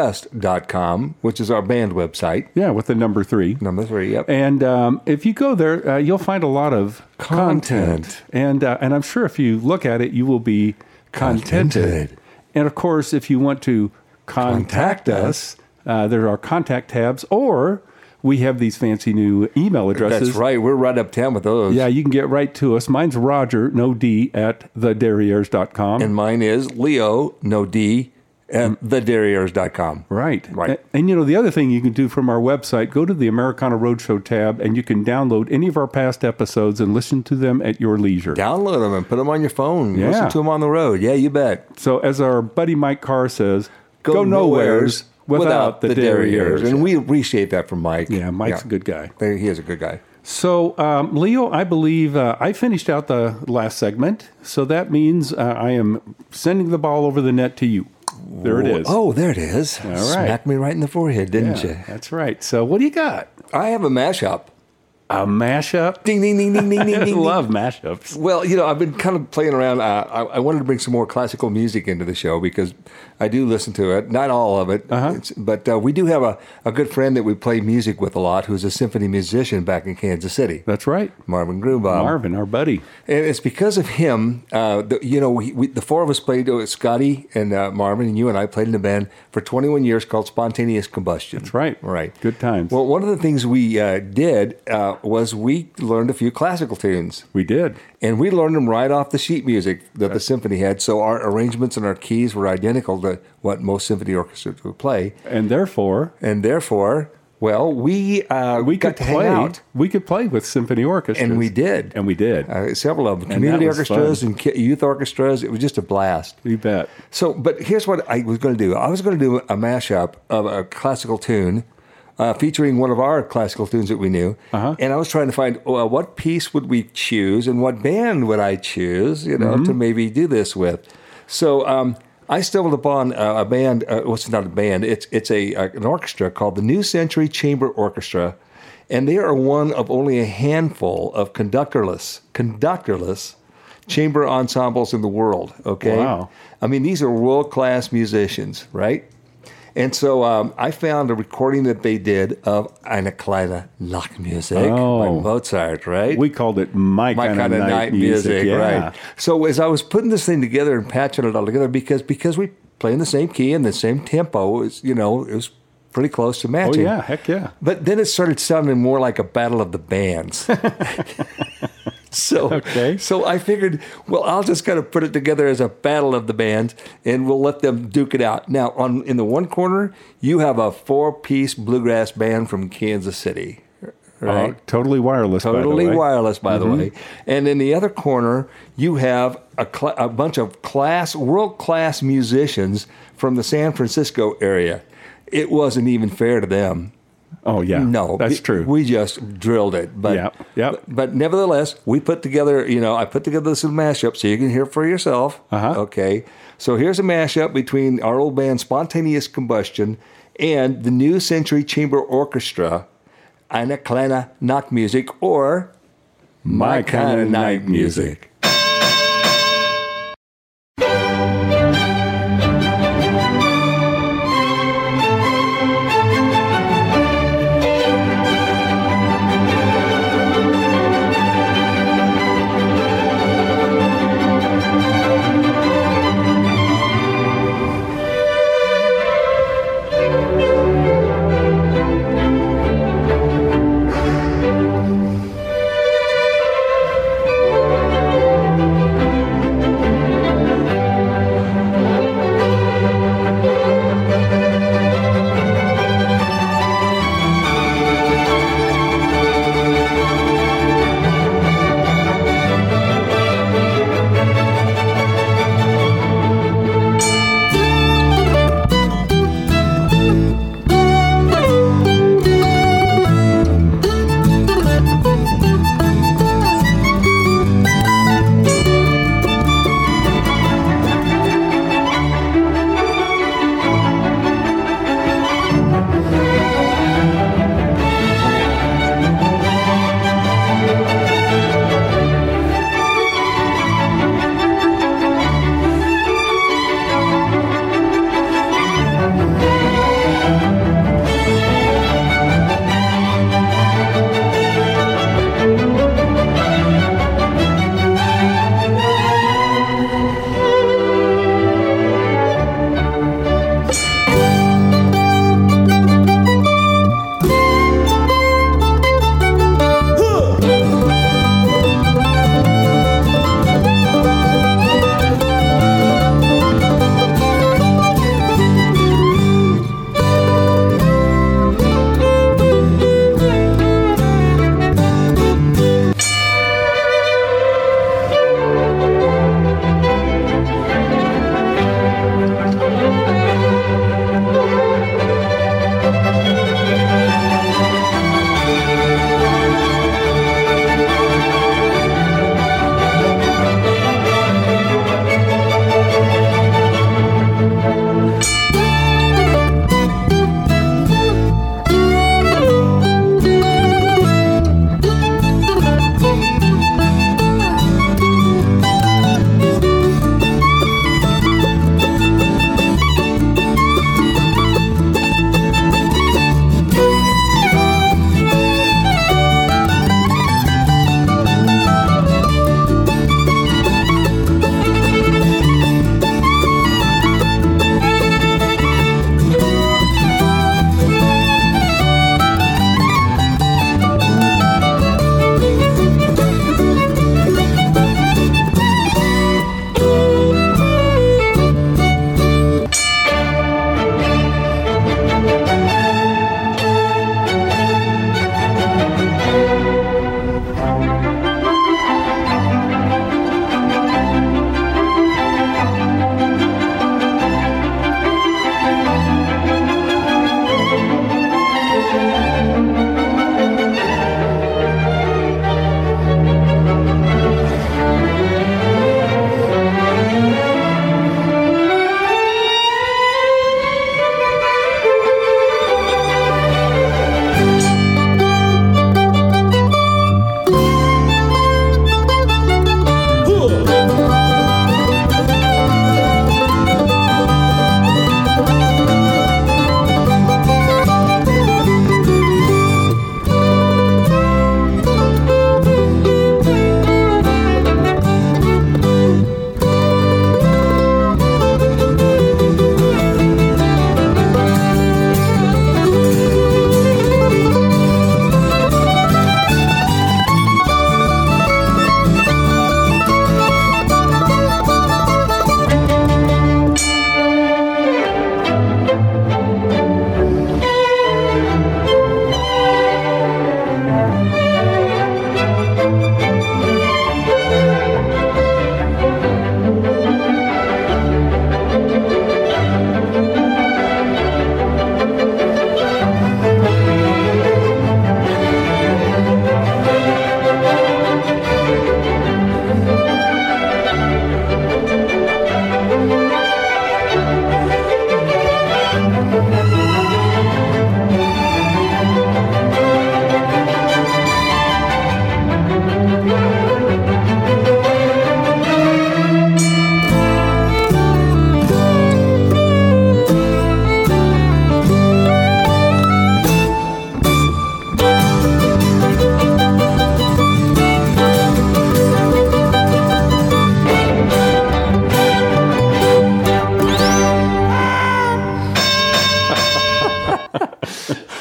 C: threetrailswest.com, which is our band website.
B: Yeah, with the number three.
C: Number three, yep.
B: And um, if you go there, uh, you'll find a lot of content.
C: Content.
B: And, uh, and I'm sure if you look at it, you will be contented.
C: Contented.
B: And of course, if you want to contact,
C: Contact
B: us, uh, there are contact tabs, or we have these fancy new email addresses.
C: That's right. We're right uptown with those.
B: Yeah, you can get right to us. Mine's Roger, no D, at thederriers.com.
C: And mine is Leo, no D, and thederriers.com.
B: Mm. Right.
C: Right.
B: A- And, you know, the other thing you can do from our website, go to the Americana Roadshow tab and you can download any of our past episodes and listen to them at your leisure.
C: Download them and put them on your phone.
B: Yeah.
C: Listen to them on the road. Yeah, you bet.
B: So, as our buddy Mike Carr says, go, nowheres, without, the, derriers.
C: And we appreciate that from Mike.
B: yeah, Mike's a good guy.
C: guy. He is a good guy.
B: So, um, Leo, I believe uh, I finished out the last segment. So that means uh, I am sending the ball over the net to you. There it is.
C: Oh, there it is. All
B: right.
C: Smacked me right in the forehead, didn't
B: Yeah,
C: you?
B: that's right. So, what do you got?
C: I have a mashup.
B: A mashup?
C: Ding, ding, ding, ding, ding, ding,
B: I
C: ding.
B: love mashups.
C: Well, you know, I've been kind of playing around. Uh, I, I wanted to bring some more classical music into the show because I do listen to it. Not all of it,
B: Uh-huh.
C: It's- but uh, we do have a, a good friend that we play music with a lot who's a symphony musician back in Kansas City,
B: That's right.
C: Marvin Grubaum.
B: Marvin, our buddy.
C: And it's because of him, uh, the, you know, we, we, the four of us played, uh, Scotty and uh, Marvin and you and I played in a band for 21 years called Spontaneous Combustion. That's
B: right.
C: Right.
B: Good times.
C: Well, one of the things we uh, did uh, was we learned a few classical tunes.
B: We did.
C: And we learned them right off the sheet music that the symphony had. So our arrangements and our keys were identical to what most symphony orchestras would play.
B: And therefore,
C: And therefore, well, we uh,
B: we
C: got
B: could
C: to
B: play.
C: hang out.
B: We could play with symphony orchestras.
C: And we did.
B: And we did.
C: Uh, several of them, community
B: was
C: orchestras
B: fun.
C: and ki- youth orchestras. It was just a blast.
B: you bet.
C: So, but here's what I was going to do. I was going to do a mashup of a classical tune uh, featuring one of our classical tunes that we knew, and I was trying to find well, what piece would we choose and what band would I choose, you know, to maybe do this with. So um, I stumbled upon a, a band. Uh, well, it's not a band. It's it's a, a an orchestra called the New Century Chamber Orchestra. And they are one of only a handful of conductorless, conductorless chamber ensembles in the world. Okay,
B: Wow.
C: I mean, these are world class musicians, right? And so um, I found a recording that they did of Eine kleine Nachtmusik
B: Oh.
C: by Mozart, right?
B: We called it my,
C: my
B: kind of night, music. yeah.
C: right? So as I was putting this thing together and patching it all together, because because we play in the same key and the same tempo, it was, you know, it was pretty close to
B: Oh
C: matching.
B: yeah, heck yeah.
C: But then it started sounding more like a battle of the bands. so
B: Okay.
C: so I figured, well, I'll just kind of put it together as a battle of the bands, and we'll let them duke it out. Now, on in the one corner, you have a four-piece bluegrass band from Kansas City, right?
B: Uh, totally wireless.
C: Totally
B: by the way. Mm-hmm.
C: wireless, by the way. And in the other corner, you have a, cl- a bunch of class, world class musicians from the San Francisco area. It wasn't even fair to them.
B: Oh yeah.
C: No,
B: that's
C: we-
B: true.
C: We just drilled it, but
B: Yep, yep.
C: But, but nevertheless, we put together. You know, I put together this little mashup so you can hear it for yourself.
B: Uh-huh.
C: Okay, so here's a mashup between our old band Spontaneous Combustion and the New Century Chamber Orchestra, Eine kleine Nacht music or
B: my kind of night music.
G: Thank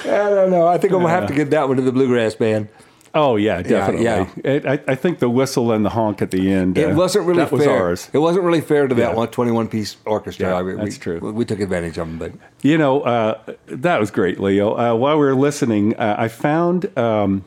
C: don't know. I think I'm gonna have to get that one to the bluegrass band.
B: Oh yeah, definitely.
C: yeah.
B: It, I, I think the whistle and the honk at the end. uh,
C: It wasn't really
B: that
C: fair.
B: was ours.
C: It wasn't really fair to that
B: Yeah.
C: one 21 piece orchestra.
B: Yeah,
C: I mean,
B: that's
C: we,
B: true.
C: We, we took advantage of them, but
B: You know, uh, that was great, Leo. Uh, while we were listening, uh, I found um,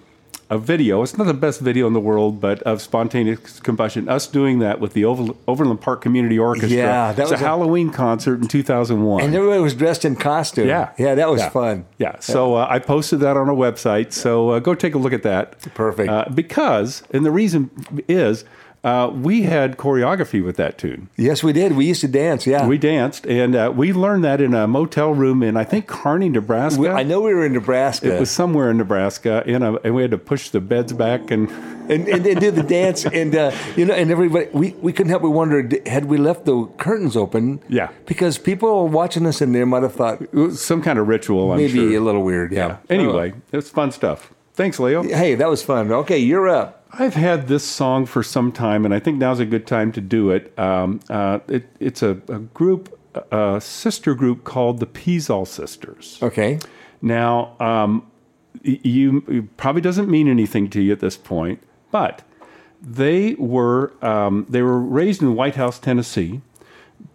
B: a video. It's not the best video in the world, but of spontaneous combustion. Us doing that with the Over- Overland Park Community Orchestra.
C: Yeah, that
B: it's
C: was
B: a
C: a-
B: Halloween concert in 2001.
C: and everybody was dressed in costume.
B: yeah,
C: yeah, that was fun.
B: Yeah, so uh, I posted that on our website. So uh, go take a look at that.
C: Perfect.
B: Uh, because, and the reason is, uh, we had choreography with that tune.
C: Yes, we did. We used to dance. Yeah,
B: We danced, and uh, we learned that in a motel room in I think Kearney, Nebraska.
C: We- I know we were in Nebraska
B: It was somewhere in Nebraska, in a, and we had to push the beds back, and
C: and, and, and did the dance, and uh, you know, and everybody. We, we couldn't help but wonder d- had we left the curtains open?
B: Yeah.
C: because people watching us in there might have thought
B: it was some kind of ritual. I'm
C: maybe
B: sure.
C: a little weird. Yeah.
B: Anyway, it's fun stuff. Thanks, Leo.
C: Oh. hey, that was fun. Okay, you're up.
B: I've had this song for some time, and I think now's a good time to do it. Um, uh, it it's a, a group, a sister group called the Pizal Sisters.
C: Okay,
B: Now, um, y- you it probably doesn't mean anything to you at this point, but they were um, they were raised in White House, Tennessee,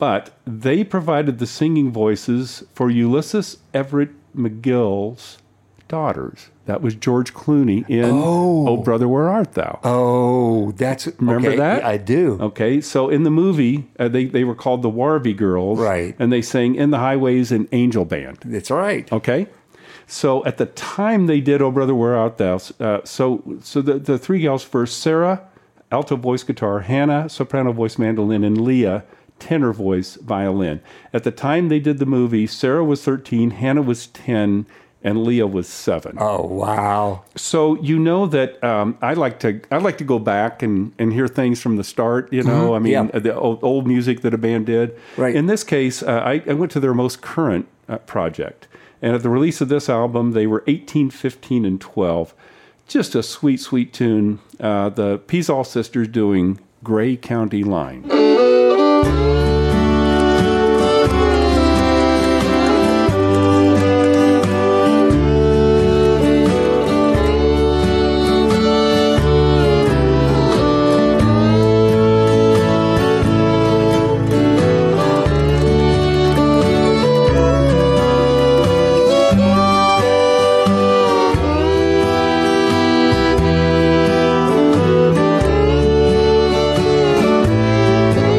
B: but they provided the singing voices for Ulysses Everett McGill's daughters. That was George Clooney in Oh, Brother, Where Art Thou?
C: Oh, that's
B: Remember
C: okay,
B: that? Oh.
C: I do.
B: Okay, so in the movie, uh, they, they were called the Warby Girls.
C: Right.
B: And they sang In the Highways and Angel Band.
C: It's all right.
B: Okay. So at the time they did Oh Brother Where Art Thou, uh, so so the, the three gals first Sarah, alto voice guitar, Hannah, soprano voice mandolin, and Leah, tenor voice violin. At the time they did the movie, Sarah was 13, Hannah was 10, and Leah was 7.
C: Oh wow.
B: So you know that um, I like to I like to go back and, and hear things from the start. You know, I mean
C: Mm-hmm. yeah.
B: the old, old music that a band did.
C: Right.
B: In this case, uh, I, I went to their most current uh, project, and at the release of this album, they were 18, 15, and 12. Just a sweet, sweet tune. Uh, the Pizal sisters doing "Gray County Line."
G: Gray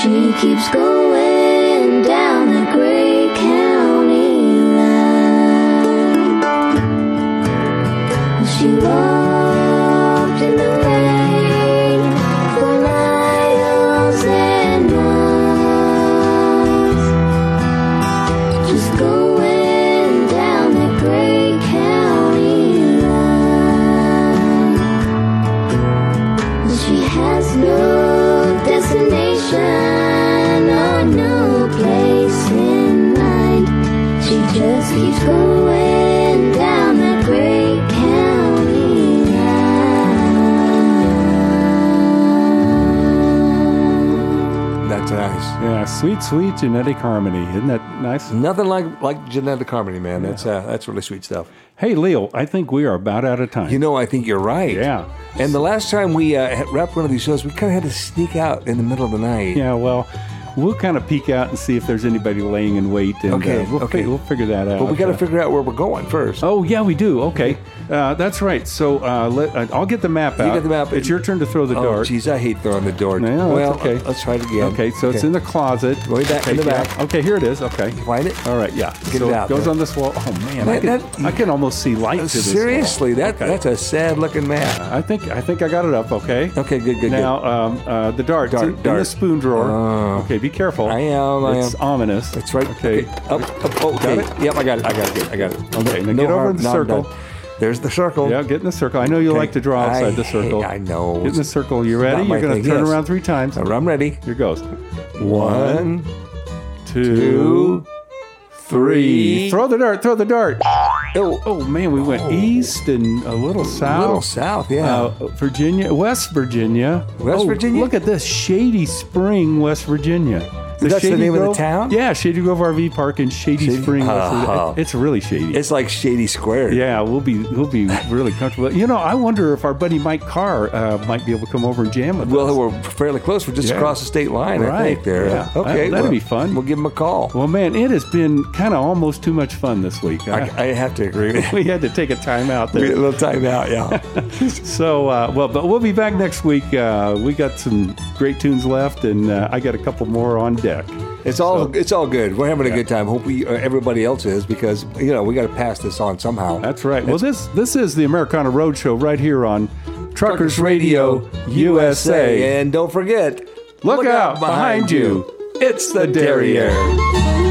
G: She keeps going down the gray county line. Well, She walked in the rain for miles and miles. Just going down the gray county line. She has no destination or no place in mind. She just keeps going down the gray county line.
C: That's nice.
B: Yeah, sweet, sweet genetic harmony. Isn't that nice?
C: Nothing like like genetic harmony, man. That's uh, that's really sweet stuff.
B: Hey, Leo, I think we are about out of time.
C: You know, I think you're right.
B: Yeah.
C: And the last time we uh, had- wrapped one of these shows, we kind of had to sneak out in the middle of the night.
B: yeah, well, we'll kind of peek out and see if there's anybody laying in wait. And,
C: Okay,
B: uh, we'll,
C: okay.
B: fi- we'll figure that out.
C: But we got to
B: Uh,
C: figure out where we're going first.
B: Oh yeah, we do. Okay, uh, that's right. So uh, let, uh, I'll get the map out.
C: get the map.
B: It's your turn to throw the
C: Oh,
B: dart.
C: Jeez, I hate throwing the door.
B: No, that's
C: well, uh,
B: okay.
C: let's try it again.
B: Okay, so it's in the closet.
C: Way back
B: okay,
C: in the
B: yeah.
C: back.
B: Okay, here it is. Okay.
C: Find it?
B: All right, yeah.
C: Get
B: so
C: it out
B: goes
C: there.
B: on this wall. Oh man, I,
C: Man,
B: can,
C: that-
B: I can almost see light to this. wall.
C: Seriously, that
B: Okay.
C: that's a sad looking map.
B: I think I think I got it up. Okay.
C: Okay, good, good,
B: Now um, uh, the dart,
C: Dart,
B: in, in the
C: dart.
B: spoon drawer.
C: Oh.
B: okay, be careful.
C: I am, I
B: It's
C: am.
B: ominous.
C: That's right.
B: Okay.
C: Up, up. Oh, okay.
B: it?
C: Yep, I got it. I got it. I got it.
B: Okay, now get over in the
C: no, I'm
B: circle.
C: done. There's the circle.
B: Yeah, get in the circle. I know you
C: Okay.
B: like to draw outside
C: I
B: the circle.
C: hate- I know.
B: Get in the circle. You
C: It's
B: ready?
C: not my
B: You're going
C: thing.
B: to turn
C: Yes.
B: around three times.
C: I'm ready.
B: Here goes.
C: One,
B: two, E.
C: two, three.
B: Throw the dart. Throw the dart.
C: Oh,
B: Oh man, we went east and a little south.
C: little south, yeah.
B: Uh, Virginia, West Virginia,
C: West
B: Oh,
C: Virginia?
B: Look at this, Shady Spring, West Virginia.
C: That's the
B: Shady
C: name of the
B: Grove-
C: town?
B: Yeah, Shady Grove RV Park in Shady,
C: Shady-
B: Spring. West
C: Oh.
B: Virginia. It- It's really shady.
C: it's like Shady Square.
B: yeah, we'll be we'll be really comfortable. You know, I wonder if our buddy Mike Carr uh, might be able to come over and jam with us.
C: Well, we're fairly close. We're just
B: Yeah.
C: across the state line, I
B: Right,
C: think. There.
B: yeah.
C: Okay.
B: That- that'd
C: well,
B: be fun.
C: We'll give him a call.
B: Well, man, it has been kind of almost too much fun this week.
C: I, I have to agree. with you.
B: we had to take a time out
C: a
B: there.
C: little time out. Yeah.
B: So, uh, well, but we'll be back next week. Uh, we got some great tunes left, and uh, I got a couple more on deck.
C: It's all it's all good. We're having a good time. Hope we uh, everybody else is because you know we got to pass this on somehow.
B: That's right. Well, this this is the Americana Roadshow right here on Truckers
C: Truckers
B: Radio USA.
C: And don't forget,
B: Look out behind you. It's the Derriere.
C: Derriere.